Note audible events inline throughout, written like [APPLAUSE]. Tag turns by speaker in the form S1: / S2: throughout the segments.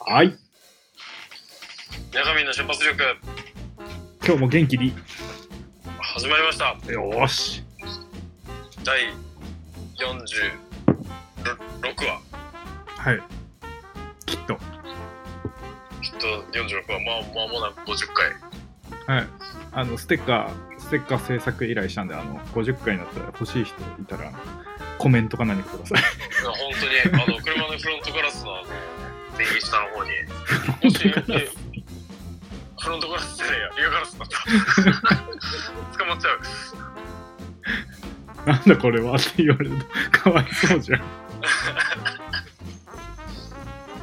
S1: はい。
S2: 中身の出発力
S1: 今日も元気に。
S2: 始まりました
S1: よーし。
S2: 第46話
S1: はい。きっと。
S2: きっと46話まあまもなく50回
S1: はい。あの、ステッカー、ステッカー制作依頼したんで、あの、50回になったら欲しい人いたら、コメントか何かください。
S2: いや本当にあの車のフロントガラスのあの右下の方にもしフロントガラスじゃねえやリアガラスだった捕まっちゃう
S1: [LAUGHS] なんだこれはって言われると、かわいそうじゃん。
S2: あ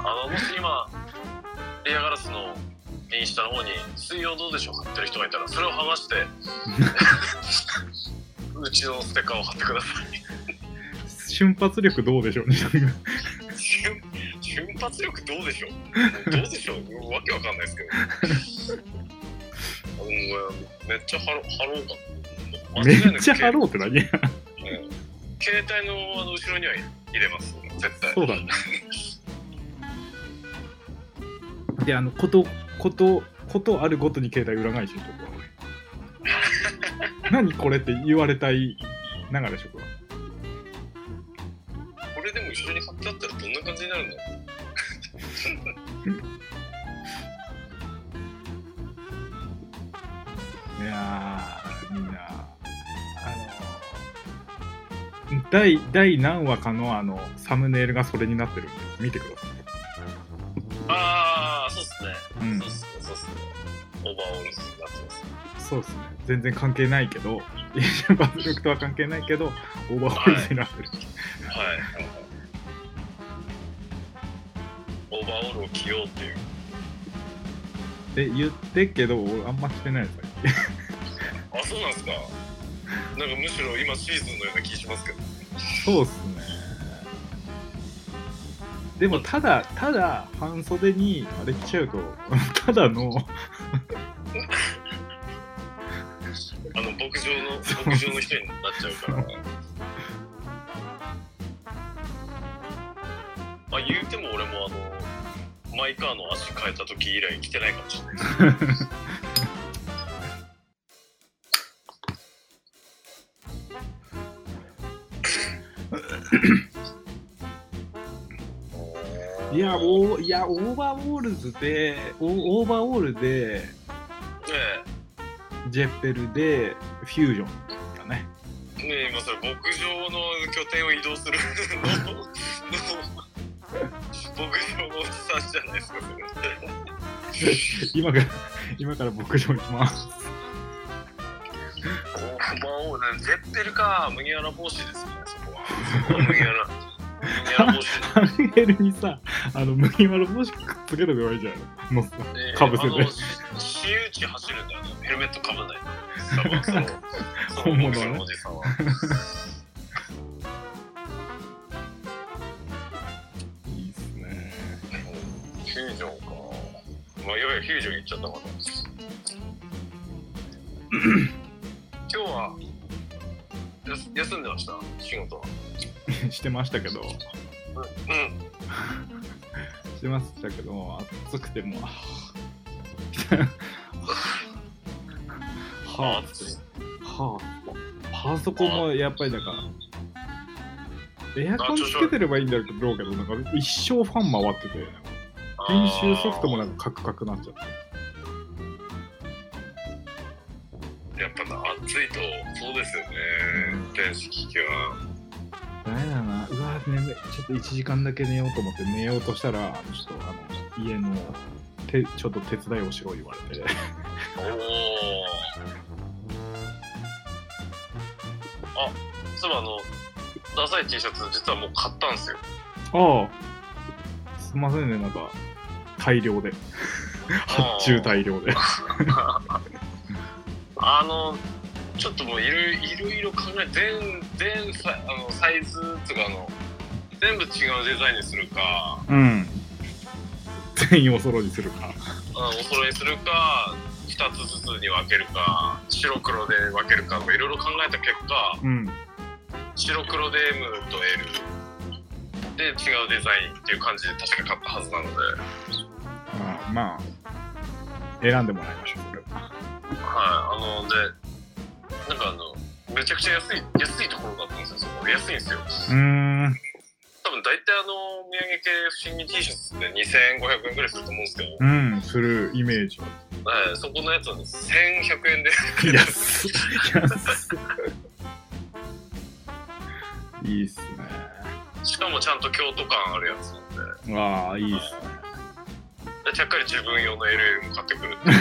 S2: のもし今リアガラスの右下の方に水曜どうでしょう貼ってる人がいたらそれを剥がしてうちのステッカーを貼ってください
S1: 瞬発力どうでしょ [LAUGHS] うね。
S2: 瞬瞬発力どうでしょうどうでしょうわけわかんないですけど。
S1: [LAUGHS]
S2: あのめっちゃハロハローか。
S1: めっちゃハ
S2: ー。
S1: ローって何
S2: 携帯のあの後ろには入れます。絶対。
S1: そうだね。で、あの、こと、こと、ことあるごとに携帯裏返しに [LAUGHS] とこう何これって言われたい流れでしょうか。
S2: これでも後ろに貼ってあったらどんな感じになるんだろう。
S1: いやー、みんな、あの、第第何話かのあのサムネイルがそれになってるんで、見てください。
S2: ああ、そうっすね。
S1: うん
S2: そうっすね。そうっすね。オーバーオールスになってます。
S1: そうですね。全然関係ないけど、瞬発力とは関係ないけど、オーバーホールズになってる。
S2: はい。
S1: [LAUGHS]
S2: オーバーオールを着ようっていう。
S1: で、言ってっけど、俺あんま着てないです
S2: あ、そうなんですか。なんかむしろ今シーズンのような気しますけど。
S1: そうっすね。でも、ただ、ただ、半袖に、あれ着ちゃうと、 [LAUGHS] ただの、
S2: あの牧場の
S1: [LAUGHS]
S2: 牧場の人になっちゃうから。まあ言うても俺もあのマイカーの足変えた時以来来てないかもしれない。
S1: [LAUGHS]
S2: [LAUGHS]
S1: いや、おいやオーバーオールズで、オオーバーオールで、
S2: ね
S1: ジェッペルで、フュージョンだね。
S2: えねえ今それ牧場の拠点を移動する [LAUGHS] のの牧場のおじさんじゃないですかそれ。
S1: 今から、今から牧場行きます。
S2: こう魔王ね、ゼッペルか、麦わら帽子ですね、そこは。そこは麦わら。
S1: [LAUGHS]
S2: 麦わら帽子。
S1: ハンゲルにさ、あの、麦わら帽子くっつけとけばいいじゃん。の
S2: えー
S1: かぶせて
S2: あのし私有地走るんだよね。ヘルメットかぶんない。多分その、
S1: [LAUGHS]
S2: そ
S1: 本
S2: の
S1: 物
S2: 僕
S1: はね
S2: のおじさんは。
S1: いいっすね。
S2: フュージョンか。まあ、いわゆるフュージョン行っちゃったから。今日は、やす休んでました、仕事は。
S1: してましたけど、
S2: うん。
S1: してましたけど、暑くてもう、はぁ、はぁ、はぁ
S2: 暑い
S1: はぁ、パソコンもやっぱりだから、エアコンつけてればいいんだろうけど、なんか一生ファン回ってて、編集ソフトもなんかカクカクなっちゃって。
S2: やっぱな暑いとそうですよね電子機器は
S1: ダメだな。うわ、眠い。ちょっと1時間だけ寝ようと思って寝ようとしたら、ちょっとあの、家の、てちょっと手伝いをしろ言われて。
S2: おおあそういえばあのダサい T シャツ実はもう買ったんですよ
S1: ああ。すいませんね、なんか、大量で。発注大量で。
S2: あのちょっともういろいろいろいろ考え全全サイあのサイズとかあの全部違うデザインにするか
S1: うん。全員お揃いにするか。
S2: あお揃いするか2つずつに分けるか白黒で分けるかとかいろいろ考えた結果
S1: うん。
S2: 白黒で M と L で違うデザインっていう感じで確か買ったはずなので
S1: まあ、選んでもらいましょう、それは。
S2: はい、あの、で、なんかあの、めちゃくちゃ安い、安いところだったんですよ、そこ。安いんですよ。
S1: うーん、
S2: 多分大体あの、お土産系不審に T シャツで2500円ぐらいすると思うんですけど、
S1: うん、するイメージ。
S2: はい、そこのやつは1100円で。
S1: 安っ安っいいっす
S2: しかもちゃんと京都感あるやつなんで、
S1: ね。わあ、いいっすね。
S2: でちゃっかり自分用の LL も買ってく
S1: [LAUGHS]
S2: るっていう。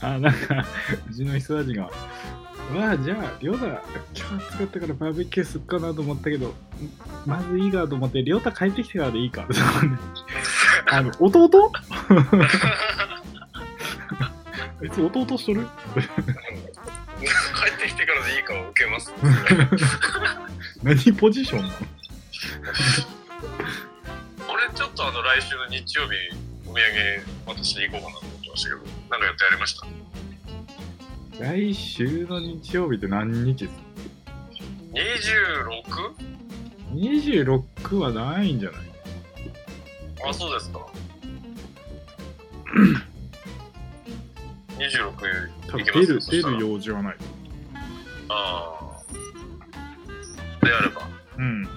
S1: あ、なんか、 [LAUGHS] うちの人たちが、わあ、じゃあ、りょうた、今日使ったからバーベキューすっかなと思ったけど、まずいいかと思って、りょうた帰ってきてからでいいか。 [LAUGHS] あの、弟 [LAUGHS] あいつ弟しと
S2: [LAUGHS]
S1: る
S2: 帰ってきてからでいいかを受けます。
S1: 何ポジションなの
S2: 俺ちょっとあの来週の日曜日お土産私行こうかなと思ってましたけど、なんかやってやりました。
S1: 来週の日曜日って何日ですか
S2: 26?
S1: ?26 はないんじゃない
S2: あ、そうです
S1: [CLEARS THROAT]
S2: か。26
S1: 多分
S2: 行き
S1: 出
S2: ます
S1: る
S2: そ
S1: 出
S2: したら
S1: る用事はない。
S2: ああ。であれば。
S1: うん。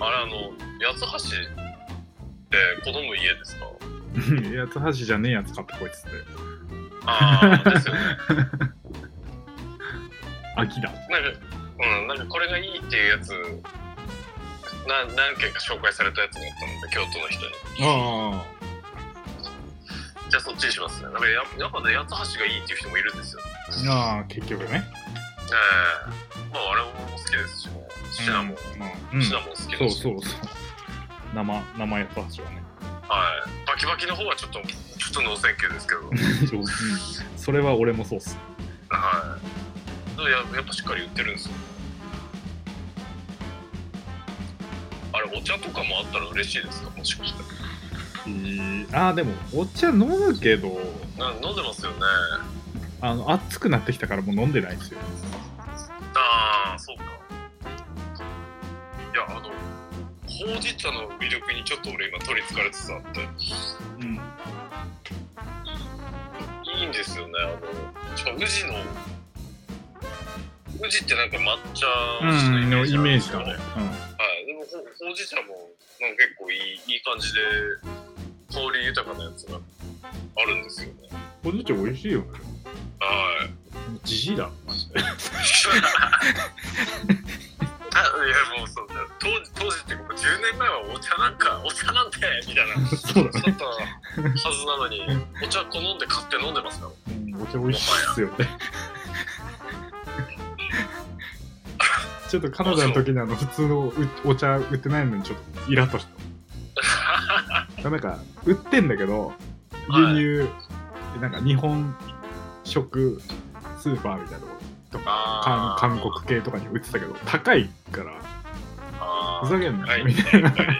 S2: あれあの、八つ橋って子供家ですか
S1: 八つ橋じゃねえやつ買ってこいっつって。
S2: ああ、ですよね。
S1: 秋だ。
S2: なんか、うん、なんかこれがいいっていうやつ、な何件か紹介されたやつがあったので、京都の人に。
S1: あ
S2: じゃあそっちにしますね。なんかややっぱね、八つ橋がいいっていう人もいるんですよ。
S1: あ。ああ、結局ね。
S2: ええまあ、あれも好きですしね。シナモン、
S1: うんまあうん
S2: シナモン好きだし。
S1: そうそうそう。生、生八つ橋 [LAUGHS] はね。
S2: はい。バキバキの方はちょっと、ちょっと脳線球ですけど。
S1: うんそれは俺もそうっす。
S2: はい。でもややっぱしっかり言ってるんですよ。あれ、お茶とかもあったら嬉しいですかもしかして。
S1: ああ、でも、お茶飲むけど、
S2: な飲んでますよね。
S1: あの、暑くなってきたからもう飲んでないんですよ。
S2: ああ、そうか。いや、あの、ほうじ茶の魅力にちょっと俺今取りつかれつつあって、
S1: うん。
S2: いいんですよね。あの、しかも宇治の、宇治ってなんか抹茶
S1: うん、の
S2: の
S1: イメージだ
S2: ね。
S1: ね。
S2: はい、でもほほうじ茶もなんか結構いいいい感じで香り豊かなやつがあるんですよね。
S1: うん。おじいちゃん美味しいよね。 [LAUGHS]
S2: はい。
S1: じじいだ。マジで
S2: あいやもうそうだ当時当時っていうかもう10年前はお茶なんか [LAUGHS] お茶なんてみたいな
S1: そうだ
S2: だったはずなのにお茶好んで買って飲んでますから。
S1: うんお茶美味しいっすよね。
S2: [LAUGHS]
S1: ちょっとカナダの時にあの普通のうお茶売ってないのにちょっとイラッと
S2: [LAUGHS]
S1: した。なんか売ってんだけど
S2: はい
S1: 輸入、なんか日本食スーパーみたいなところとか
S2: あ
S1: 韓韓国系とかに売ってたけど高いから
S2: あ
S1: ふざけんな
S2: は
S1: よ
S2: い
S1: みたいな。
S2: やっぱり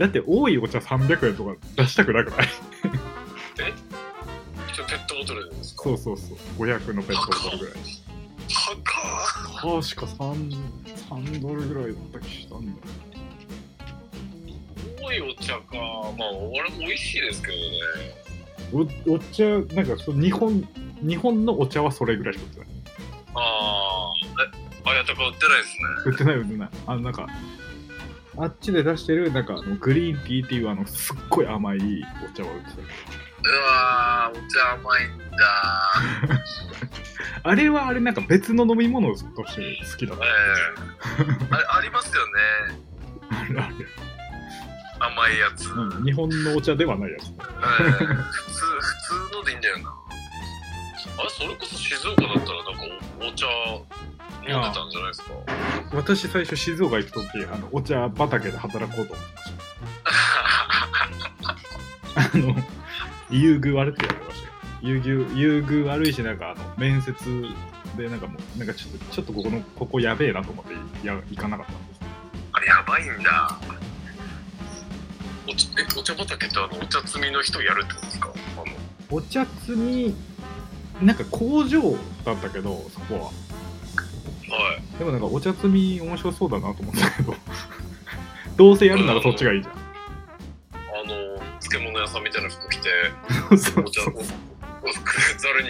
S1: だって多いお茶300円とか出したくなくない
S2: ちょペットボトルですか
S1: そうそうそう500のペットボトルぐらい。
S2: 高っ
S1: 確か 3, 3ドルぐらいだった気したんだよ
S2: 多いお茶かまあ俺も美味しいですけどね
S1: おお茶なんかその日本日本のお茶はそれぐらいしか売ってない
S2: ああ、え、あやとか売ってないですね。
S1: 売ってない売ってないあのなんかあっちで出してるなんかあのグリーンティーっていうあのすっごい甘いお茶は売ってたけど
S2: うわー、お茶甘いんだ。
S1: あれはあれなんか別の飲み物として好きだった
S2: [LAUGHS] ええあれありますよね。
S1: あれあれ、
S2: 甘いやつ。
S1: うん、日本のお茶ではないやつ
S2: ええ普通、普通のでいいんだよな。あれ、それこそ静岡だったら、なんかおお茶飲んでたんじゃないですか。
S1: 私最初静岡行く時あのお茶畑で働こうと思ってましたあの、優遇悪くやられましたよ。優遇、優遇悪いし、なんかあの、面接で、なんかもう、なんかちょっと、ちょっとここの、ここやべえなと思ってや、行かなかったんです。
S2: あれ、やばいんだ。お茶えお茶畑ってあのお茶摘みの人やるってことですかあの
S1: お茶摘み、なんか工場だったけど、そこは。
S2: はい。
S1: でもなんかお茶摘み面白そうだなと思ったけどどうせやるならそっちがいいじゃん、
S2: あの、漬物屋さんみたいな服着て、
S1: そ
S2: お
S1: う
S2: 茶
S1: そ
S2: を
S1: う、
S2: ざるに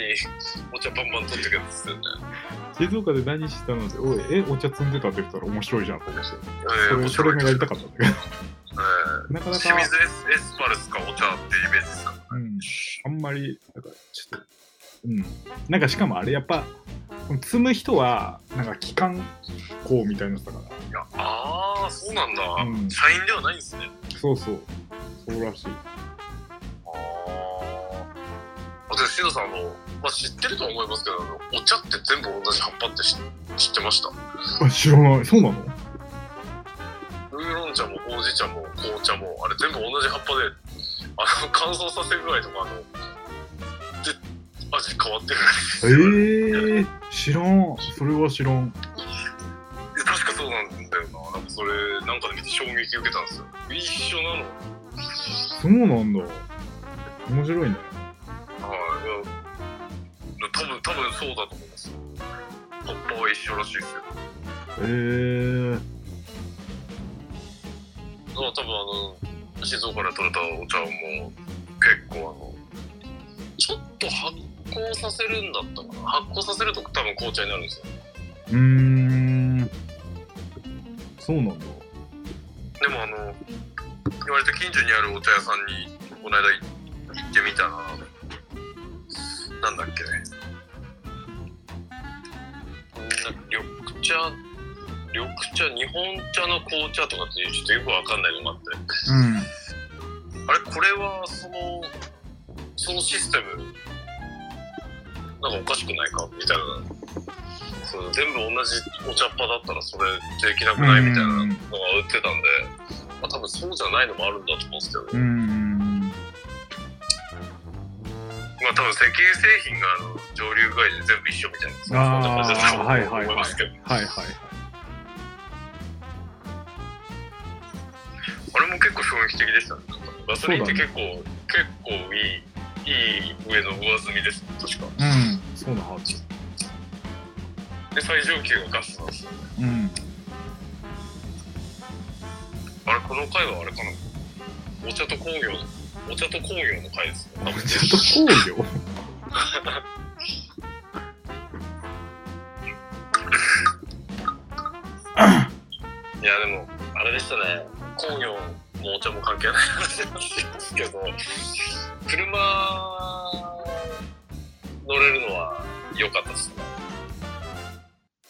S2: お茶バンバン取ってくるんですよね。
S1: 静岡で何してたのでおいえお茶摘んでたって言ったら面白いじゃんと思って
S2: え
S1: そ
S2: ー
S1: れ
S2: 面
S1: そ
S2: 白
S1: れ
S2: い
S1: がやりたかったんだけど、
S2: えー
S1: [LAUGHS] なかなか
S2: 清水エスエスパルスかお茶ってイメージですか
S1: うん、あんまりなんかちょっとうんなんかしかもあれやっぱ摘む人はなんか機関工みたいなやつだか
S2: いやああそうなんだ、
S1: ら、うん、
S2: 社員ではないんですね
S1: そうそうそうらしい
S2: ああでシドさんあの、まあ、知ってるとは思いますけどあのお茶って全部同じ葉っぱって知知ってましたウ
S1: あ知らないそうなの
S2: ーロン茶もほうじ茶も紅茶もあれ全部同じ葉っぱであの乾燥させ具合とかあので味変わってるらしい
S1: え
S2: です
S1: ー、知
S2: よ
S1: らんそれは知らん
S2: 確かそうなんだよななんかそれなんかで見て衝撃受けたんですよ一緒なの
S1: そうなんだ面白いね
S2: はい、いや多分多分そうだと思います。葉っぱは一緒らしいですよ。だか
S1: えー、
S2: ら多分あの静岡で採れたお茶も結構あのちょっと発酵させるんだったかな。発酵させると多分紅茶になるんですよ。
S1: うーんそうなんだ
S2: でもあの割と近所にあるお茶屋さんにこの間行ってみたらなんだっけね。なんか緑茶緑茶日本茶の紅茶とかっていうちょっとよくわかんないのがあって
S1: うん
S2: あれこれはそのそのシステムなんかおかしくないかみたいなその全部同じお茶っ葉だったらそれできなくないみたいなのが売ってたんで、まあ、多分そうじゃないのもあるんだと思うんですけど、
S1: うーん
S2: まあ多分石油製品があの上流具合で全部一緒みたいなそんな
S1: あ
S2: 感じだと
S1: ーはいはい
S2: 思
S1: はいい
S2: ますけど、
S1: はいはい
S2: あれも結構衝撃的でしたねなんかガソリンって結構、結構いいいい上の上積みです確か
S1: うんそうなはず
S2: で最上級がガスなんですよ
S1: うん
S2: あれ、この回はあれかなお茶と工業、お茶と工業の回ですね。
S1: お茶と工業
S2: いや、でも、あれでしたね。工業もお茶も関係ない話なんですけど、車乗れるのは良かったですね。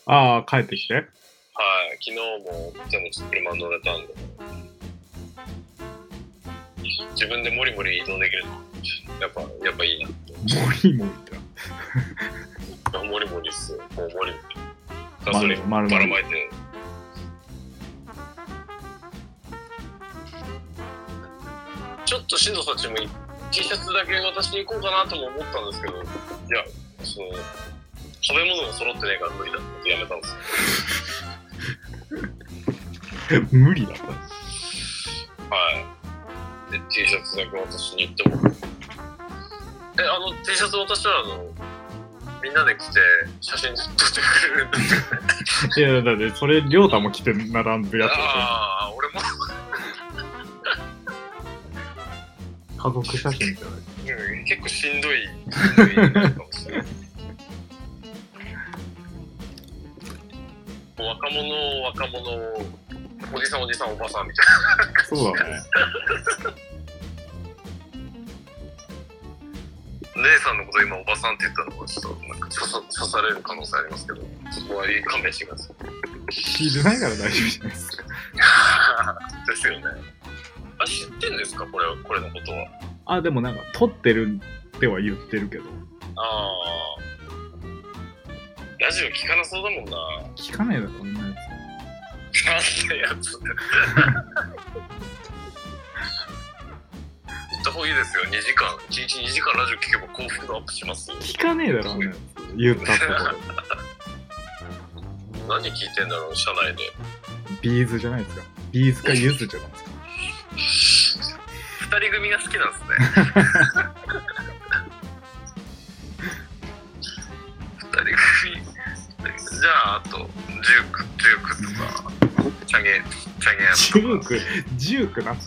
S1: ああ帰ってきて
S2: はい、昨日もでも車乗れたんで、自分でもりもり移動できるの、やっぱ、やっぱいいなって。
S1: モリモリって
S2: あもりもりっすよ。もうもりもり。ガソリンば
S1: 丸
S2: ら
S1: 々
S2: まいて。ちょっと新藤さんちも T シャツだけ渡しに行こうかなとも思ったんですけど、いや、その、食べ物が揃ってないから無理だってやめたんですよ。
S1: 無理だった
S2: はい。で、T シャツだけ渡しに行っても。え、あの T シャツ渡したら、あの、みんなで来て写真撮ってくれるんですよ
S1: いやだってそれ亮太も着て並んでやつでし
S2: ああ、俺も
S1: ょ家族写真じゃない
S2: うん結構しんどいしんどいなんかもしれない若者若者おじさんおじさんおばさんみたい
S1: そうだね
S2: な姉さんのこと今おばさんって言ったのはちょっとなんか刺さ刺される可能性ありますけどそこはいい勘弁してください
S1: 聞いてないから大丈夫じゃないですか
S2: ですよねあ知ってんですかこれこれのことは
S1: あでもなんか撮ってるっては言ってるけど
S2: ああラジオ聞かなそうだもんな
S1: 聞かないだろこんなや
S2: なんてやつ行った方がいいですよ、2時間。1日2時間ラジオ聞けば幸福度アップしますよ
S1: つ。聞かねえだろあんなやつ言ったところ
S2: 何聞いてんだろう、社内で。
S1: ビーズじゃないですかビーズかユズじゃないですか
S2: 2人組が好きなんですね。2人組。じゃあ、あと、
S1: ジューク、ジューク懐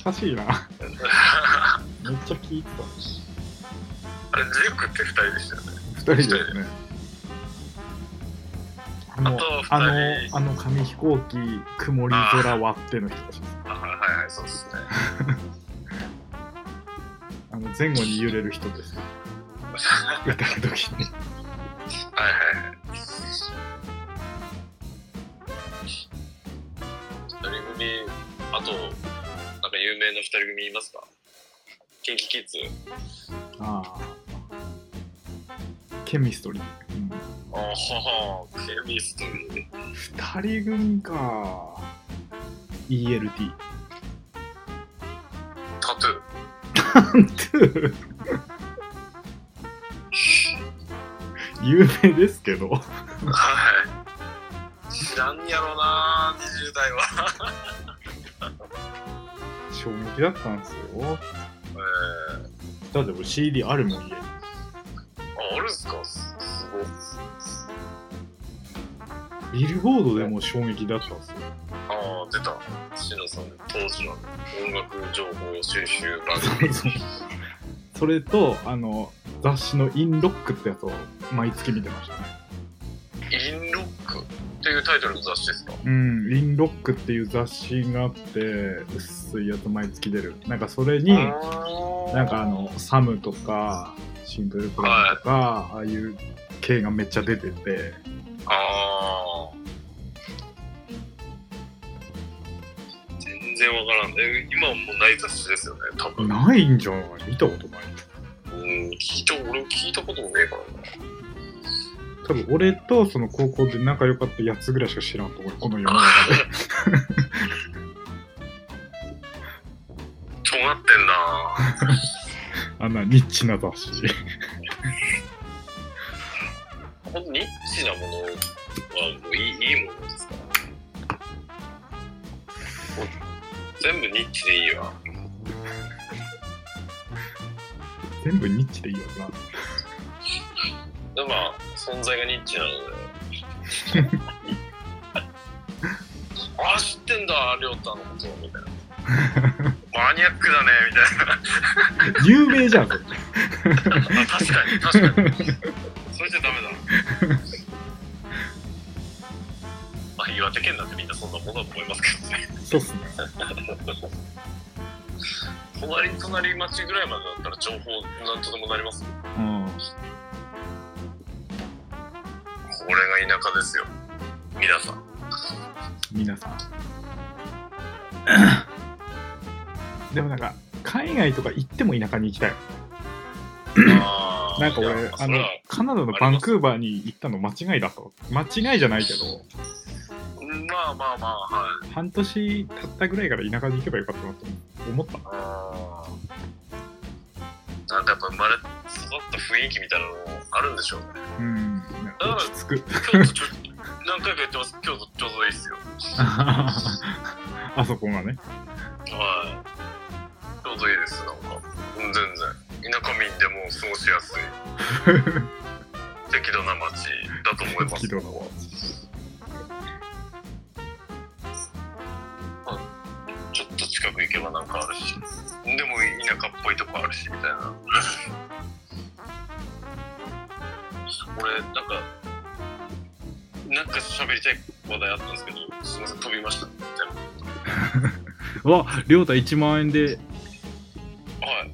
S1: かしいな。めっちゃ聞いて
S2: あれ、ジュークって二人でしたよね。
S1: た。二人ですね。あの
S2: あと二、人
S1: あの、あの紙飛行機、曇り空割っての人たちです。
S2: あはいはい、そうですね。
S1: あの、前後に揺れる人です。歌う時
S2: [LAUGHS]
S1: に。
S2: はいはい。二人組、あと、なんか有名な二人組いますかキンキキッズ
S1: ああ。ケミストリー。うん
S2: ああ、ケミストリー。
S1: 二人組か。ELT。
S2: タトゥー。
S1: 有名ですけど。
S2: はい。知らんやろな、20代は。
S1: 衝撃だったんですよ。
S2: えー
S1: だって俺 CD あるもん家に
S2: あ、あるんすかすすごい。
S1: ビルボードでも衝撃だったんですよ。
S2: ああ、出た。シノさん、当時の音楽情報収集番組。 [LAUGHS]
S1: それと、あの、雑誌のインロックってやつを毎月見てましたね。
S2: インロックっていうタイトルの雑誌ですか
S1: うん、インロックっていう雑誌があって、薄いやつ毎月出る。なんかそれに、なんかあの、サムとか、シンプルプランとか、ああいう系がめっちゃ出てて、
S2: あー全然わからんえ今はもうない雑誌ですよね多分
S1: ないんじゃない見たことない。
S2: うん聞いた俺聞いたこともねえからな
S1: 多分俺とその高校で仲良かったやつぐらいしか知らんと思う、この世の中で。
S2: 尖ってんな
S1: あんなニッチな雑誌。
S2: ほんとニッチなものはもういいいいものですからもう全部ニッチでいいわ
S1: 全部ニッチでいいよな。
S2: でもまあ存在がニッチなのでああ知ってんだ亮太のことみたいなマニアックだねみたいな
S1: 有名じゃん、それ
S2: あ確かに確かにそれじゃダメだまあ岩手県なんてみんなそんなものだと思いますけどね
S1: そうっすね。
S2: 隣隣町ぐらいまでだったら情報なんとでもなりますこ
S1: うん。
S2: れが田舎ですよ皆さん
S1: [LAUGHS] 皆さん。 [COUGHS] でもなんか、海外とか行っても田舎に行きたい。
S2: あー
S1: なんか
S2: いや
S1: 俺、
S2: そ
S1: あ
S2: れ
S1: の
S2: は、
S1: カナダのバンクーバーに行ったの間違いだと。間違いじゃないけど、
S2: うんまあまあまあはい
S1: 半年経ったぐらいから田舎に行けばよかったなと思った。
S2: あーなんかやっぱ生まれ育った雰囲気みたいなのあるんでしょうね
S1: うん。落ち [LAUGHS] 着く。
S2: 京都ちょ [LAUGHS] 何回か言ってます京都ちょうどいいっすよ
S1: あそこがね。
S2: はい。ちょうどいいです、なんか。うん全然。田舎民でも過ごしやす
S1: [LAUGHS]
S2: い。適度な街だと思います。
S1: 適度な
S2: うんちょっと近く行けばなんかあるし、でも田舎っぽいとこあるしみたいな。俺、なんか、なんか喋りたい話題あったんですけど、すみません、飛びました。みたい
S1: わ、りょうた1万円で
S2: なは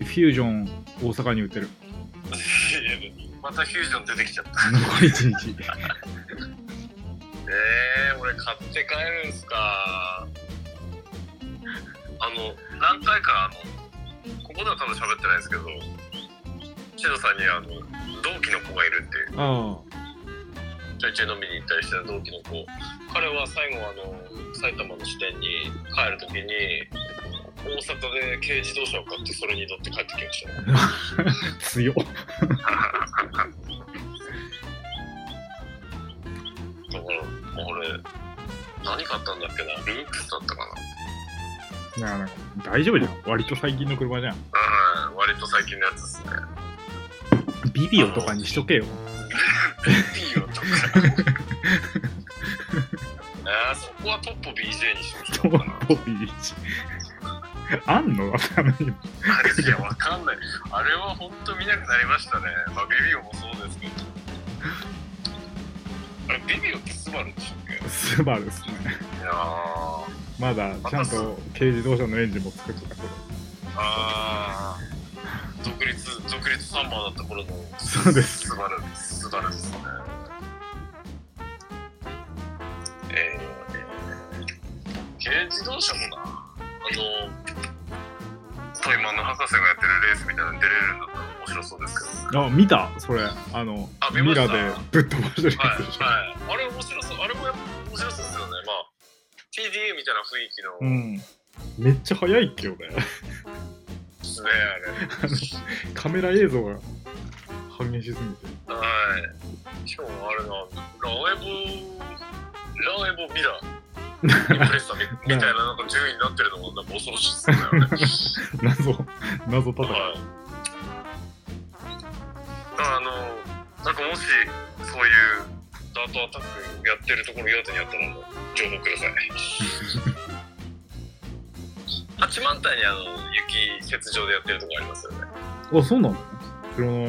S2: い。
S1: フュージョン大阪に売 [LAUGHS] ってる。
S2: [LAUGHS] またフュージョン出てきちゃった。
S1: 残り1日。
S2: えー、俺買って帰るんすかあの何回かあのここでは多分喋ってないんですけどシドさんにあの同期の子がいるっていう
S1: あ
S2: ちょいちょい飲みに行ったりしてる同期の子彼は最後あの埼玉の支店に帰るときに大阪で軽自動車を買ってそれに乗って帰ってきましたね
S1: あ、強っ。
S2: だから俺何買ったんだっけなルークスだったかな
S1: だからなんか大丈夫じゃん。割と最近の車じゃん。
S2: うん割と最近のやつですね
S1: ビビオとかにしと [LAUGHS] けよ。
S2: [LAUGHS] いいよとか。ああ、そっこはトッポ BJ にしまし
S1: ト
S2: ょうかな
S1: ッポビーチ。あんのたまに。
S2: あれいやわかんないあれは本当見なくなりましたねまあベビオもそうですけどあれベビオってスバルでしたっけ
S1: スバルですね。
S2: いやーあ
S1: まだちゃんと軽自動車のエンジンも作ってた頃。
S2: あー独立独立サンバーだった頃の
S1: そうです
S2: スバルスバルですねえー、軽自動車もなあのトイマンの博士がやってるレースみたいなのに出れるんだったら面白そうですけど
S1: あ、見たそれ。あの、
S2: あ見ま
S1: ミ
S2: した
S1: ラでぶっ飛ばしてるや
S2: はい、
S1: つでしょ。
S2: はい、あれ面白そう、あれもやっぱ面白そうですよね。まあ、TDA みたいな雰囲気の、
S1: う
S2: ね、
S1: ん。めっちゃ速いっけよね。
S2: あれ。
S1: [LAUGHS]
S2: [LAUGHS]
S1: カメラ映像が激しすぎて。
S2: はい。しかもあれな、ラエボ、ラエボビラ、インプレッサーみみたいななんか順位になってるのもなんか恐ろしいですよね。
S1: 謎、 [LAUGHS] 謎戦い。
S2: はい。だからあの、なんかもし、そういうダートアタックやってるところ、岩手にあったら、情報ください。八幡平にあの雪雪上でやってるとこありますよね。
S1: あ、そうなの知らない。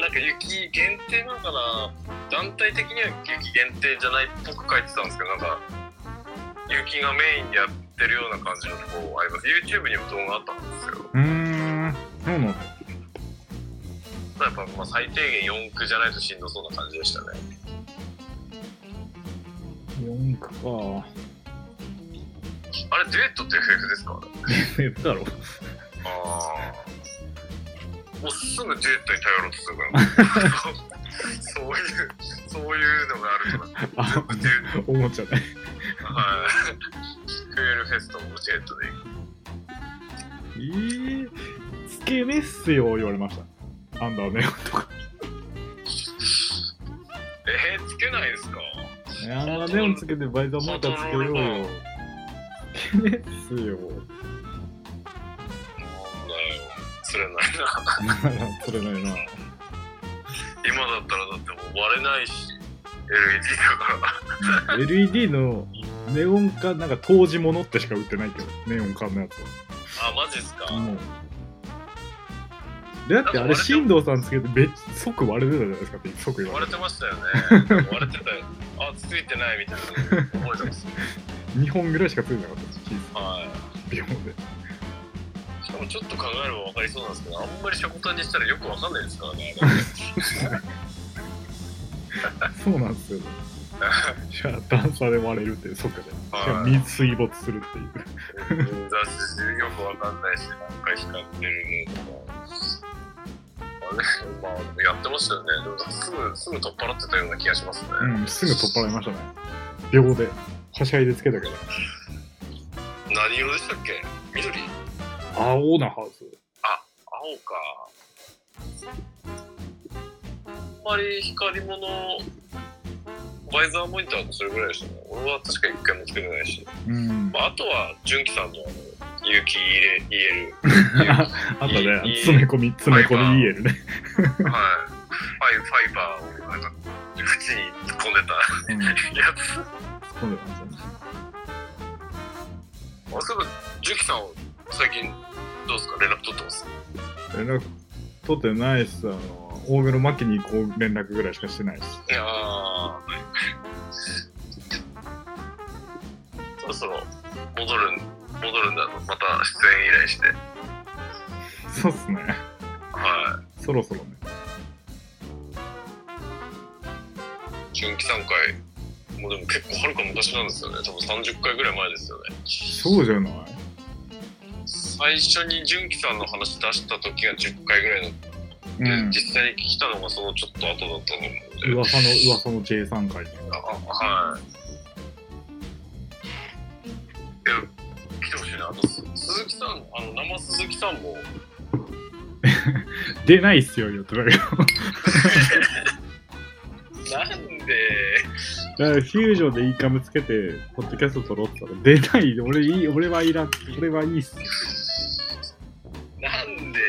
S2: なんか雪限定なのかな団体的には雪限定じゃないっぽく書いてたんですけどなんか雪がメインでやってるような感じのところあります YouTube にも動画あったんですよ
S1: うーん。そうなの
S2: やっぱまあ最低限4区じゃないとしんどそうな感じでしたね
S1: 4区 [LAUGHS] か。
S2: あれデュエットって FF ですか
S1: え、だろ。
S2: ああもうすぐデュエットに頼ろうとするから [LAUGHS] そういうそういうのがあるとなんか
S1: あ、
S2: デュエット
S1: おもちゃね。
S2: はいクエルフェストもデュエットで行く
S1: えー、つけねっすよ、言われました。アンダーネオンとか。
S2: えー、つけないですか
S1: ねアンダーネオンつけてバイザーモーターつけようよ。つけねっすよ。
S2: なんだよ釣れないな
S1: 取れないな。
S2: 今だったらだってもう割れないし LED だから
S1: LED のネオンか、なんか当時物ってしか売ってないけど、ネオン缶のやつは。
S2: あマジっすか、
S1: もうだってあれ、進藤さんつけてめっ即割れてたじゃないですかって即言わ
S2: 割
S1: れ
S2: れ
S1: て。
S2: てましたよね割れてたよあついてないみたいなの覚えてます
S1: 2本ぐらいしかついてなかったです、
S2: は
S1: 微妙で。
S2: いしかもちょっと考えれば分かりそうなんですけどあんまりシャコタンにしたらよく分かんないですからねあれ
S1: そうなん [LAUGHS] ですよ。じゃあ、段差で割れるっていう、即で。
S2: はい
S1: しかも水水没するっていう。
S2: うんだしよく分かんないし何回光ってるのとかあれまあやってましたよねでもすぐすぐ取っ払ってたような気がしますね、
S1: うん、すぐ取っ払いましたね。秒で。はしゃいでつけたけど。
S2: 何色でしたっけ緑
S1: 青なはず。
S2: 青か。あんまり光り物、バイザーモニターとそれぐらいでしたね。俺は確か一回もつけてないし。
S1: うん。
S2: まあ、あとは、純喜さんのあの、勇気入れ、入れる。
S1: ああとね、詰め込み、詰め込み言えるね。
S2: はい。ファイファイバーを、なんか、口に突っ込んで
S1: う
S2: た
S1: ん
S2: やつ。
S1: そうだよね
S2: あ、そういえば、純喜さんを最近、どうですか連絡取ってます
S1: 連絡取ってないっすあの大黒摩季にこう連絡ぐらいしかしてないっす
S2: いやーそろそろ戻るん戻るんだとまた出演依頼して
S1: そうっすね
S2: は
S1: そろそろね
S2: い純喜3回もうでも結構はるか昔なんですよね多分30回ぐらい前ですよね
S1: そうじゃない
S2: 最初に純喜さんの話出した時が10回ぐらいだった
S1: うん
S2: で、実際に聞いたのがそのちょっと後だったと思うんで
S1: 噂の噂の J 3回
S2: あはいいや来てほしいなあとす鈴木さんあの生鈴木さんも
S1: 出ないっすよ言ってたけど
S2: なんで
S1: だからフュージョンでいいカムつけてポッドキャスト撮ろうって言ったら出ない俺いい俺はいらん俺はいいっす
S2: なんで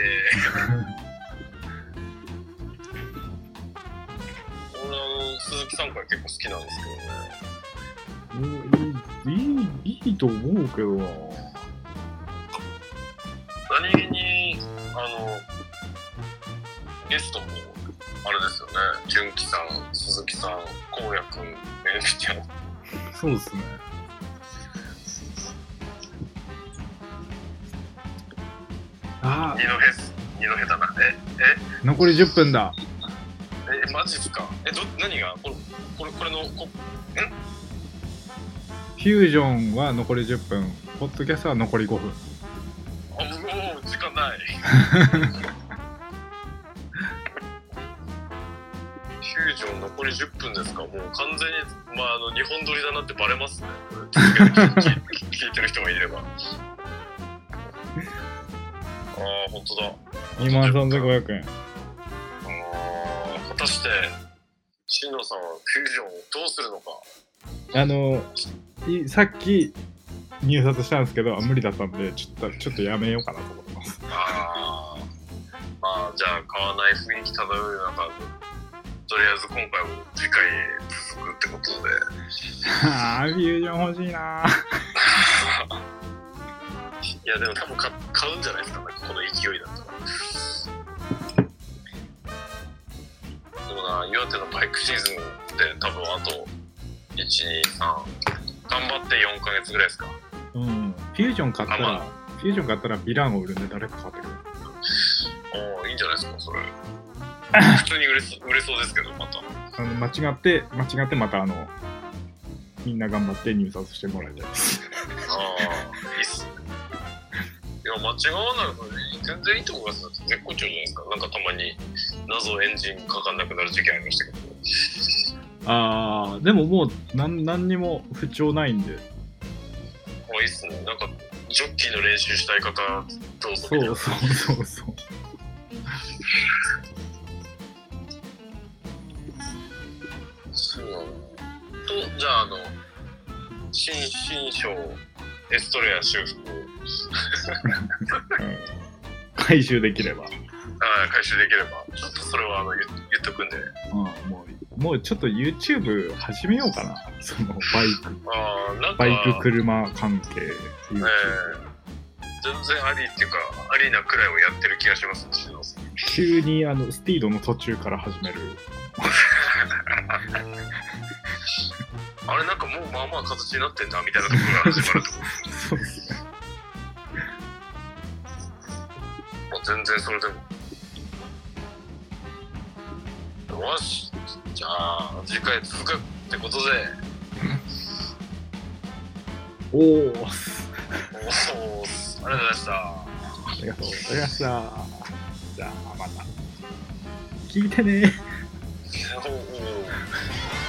S2: 俺あの鈴木さんから結構好きなんですけどね
S1: うんいいいいいいと思うけどな
S2: 何気にあのゲストもあれですよね純喜さん鈴木さんこうやくんめぐみちゃん
S1: そうですねあ
S2: 二戸二戸だなえ
S1: あ残り10分だ
S2: えマジっすかえど何がこれこれこれのこ
S1: フュージョンは残り10分ポッドキャストは残り5分
S2: あもう時間ないフュージョン残り10分ですかもう完全にまああの日本撮りだなってバレますねこれ続けて聞い聞いてる人もいればああ本当だ
S1: 2万3500円
S2: あー果たして新藤さんはフュージョンをどうするのか
S1: あのいさっき入札したんですけどあ無理だったんでちょっとちょっとやめようかなと思ってます
S2: あーまあじゃあ買わない雰囲気漂う中とりあえず今回も次回へ続くってことで
S1: あーフュージョン欲しいない
S2: やでも多分か買うんじゃないですか、ね、この勢いだったらでもな岩手のバイクシーズンって多分あと123頑張って4ヶ月ぐらいですか
S1: うんフュージョン買った
S2: あま
S1: らフュージョン買ったらヴィランを売るんで誰か買ってくる
S2: おおいいんじゃないですかそれ普通に売れそ売れそうですけどまた
S1: あの間違って間違ってまたあのみんな頑張って入札してもらいたいです
S2: ああ、いいっすね。いや、間違わないからね、全然いいと思いますよ。絶好調じゃないですか。なんかたまに謎エンジンかかんなくなる時期ありましたけど。
S1: ああでももう何何にも不調ないんで
S2: もういいっすね。なんか、ジョッキーの練習したい方、どうぞ
S1: そ
S2: みたいな
S1: う。そうそうそう
S2: そうなのと、じゃあ、あの、新新章、エストレア修復、
S1: うん回収できれば、
S2: はい、回収できれば、ちょっとそれはあの言言っとくんで。
S1: うん、もうもうちょっと YouTube 始めようかなそのバイク
S2: ああ、なんか、
S1: バイク車関係 YouTube
S2: えー全然ありっていうか、ありなくらいをやってる気がします、新郎さん
S1: 急にあのスピードの途中から始める
S2: あれなんかもうまあまあ形になってんだみたいなところが始まると思
S1: そうですね
S2: うもう全然それでもよしじゃあ次回続くってことで
S1: おおあ
S2: おおありがとうございました
S1: りがとうございましたじゃあまた聞いてね
S2: おー